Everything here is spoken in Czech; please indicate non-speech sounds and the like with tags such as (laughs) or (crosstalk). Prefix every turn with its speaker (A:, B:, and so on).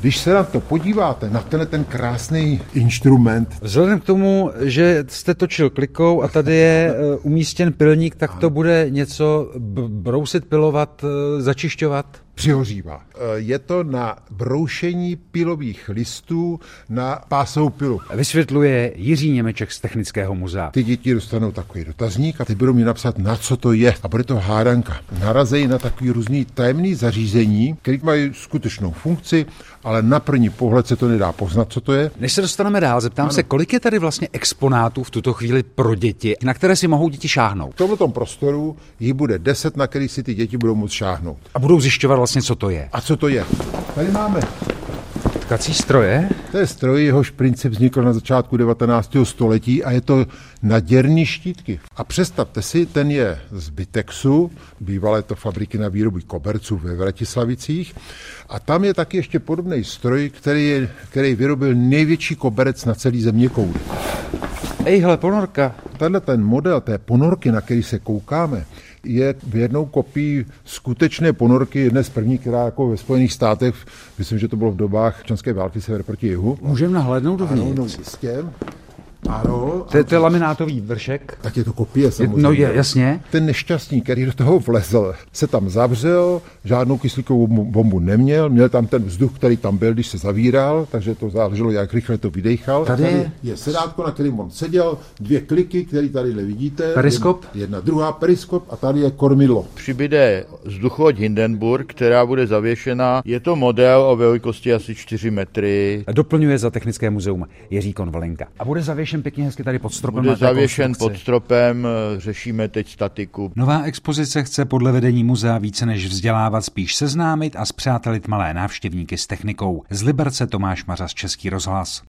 A: Když se na to podíváte, na tenhle ten krásný instrument,
B: Vzhledem k tomu, že jste točil klikou a tady (laughs) je eh, umístěn pilník, tak to bude něco b- brousit, pilovat, eh, začišťovat.
A: přihořívá. Eh, Je to na broušení pilových listů na pásovou pilu.
B: Vysvětluje Jiří Němeček z Technického muzea.
A: Ty děti dostanou takový dotazník a ty budou mi napsat, na co to je. A bude to hádanka. Narazejí na takový různý tajemný zařízení, který mají skutečnou funkci, ale na první pohled se to nedá poznat, co to je.
B: Než se dostaneme dál, zeptám ano. se, kolik je tady vlastně exponátů v tuto chvíli pro děti, na které si mohou děti šáhnout
A: V tomto prostoru jich bude 10, na který si ty děti budou moct šáhnout.
B: a budou zjišťovat vlastně, co to je.
A: A co to je? Tady máme.
B: Tkací stroje?
A: To je stroj, jehož princip vznikl na začátku 19. století a je to naděrní štítky. A představte si, ten je z Bitexu, bývalé to fabriky na výrobu koberců ve Vratislavicích. A tam je taky ještě podobný stroj, který, je, který vyrobil největší koberec na celý země kouli.
B: Ejhle, ponorka.
A: Tenhle ten model té ponorky, na který se koukáme, je v jednou kopií skutečné ponorky, jedné z prvních, která jako ve Spojených státech, myslím, že to bylo v dobách občanské války sever proti jihu.
B: Můžeme nahlédnout dovnitř.
A: no, Jistě. Ano.
B: To je, to je laminátový vršek.
A: Tak je to kopie samozřejmě.
B: No je, jasně.
A: Ten nešťastník, který do toho vlezl, se tam zavřel, žádnou kyslíkovou bom- bombu neměl, měl tam ten vzduch, který tam byl, když se zavíral, takže to záleželo, jak rychle to vydechal.
B: Tady je-
A: je sedátko, na kterém on seděl, dvě kliky, které tady nevidíte.
B: Periskop?
A: Jedna, jedna druhá, periskop a tady je kormidlo.
C: Přibyde vzduchoď Hindenburg, která bude zavěšena. Je to model o velikosti asi 4 metry.
B: Doplňuje za Technické muzeum Jiří Konvalinka. A bude zavěšen pěkně hezky tady pod stropem.
C: Bude
B: na té
C: zavěšen pod
B: konstrukci.
C: stropem, eh, řešíme teď statiku.
B: Nová expozice chce podle vedení muzea více než vzdělávat, spíš seznámit a zpřátelit malé návštěvníky s technikou. Z Liberce Tomáš Mařas, Český rozhlas.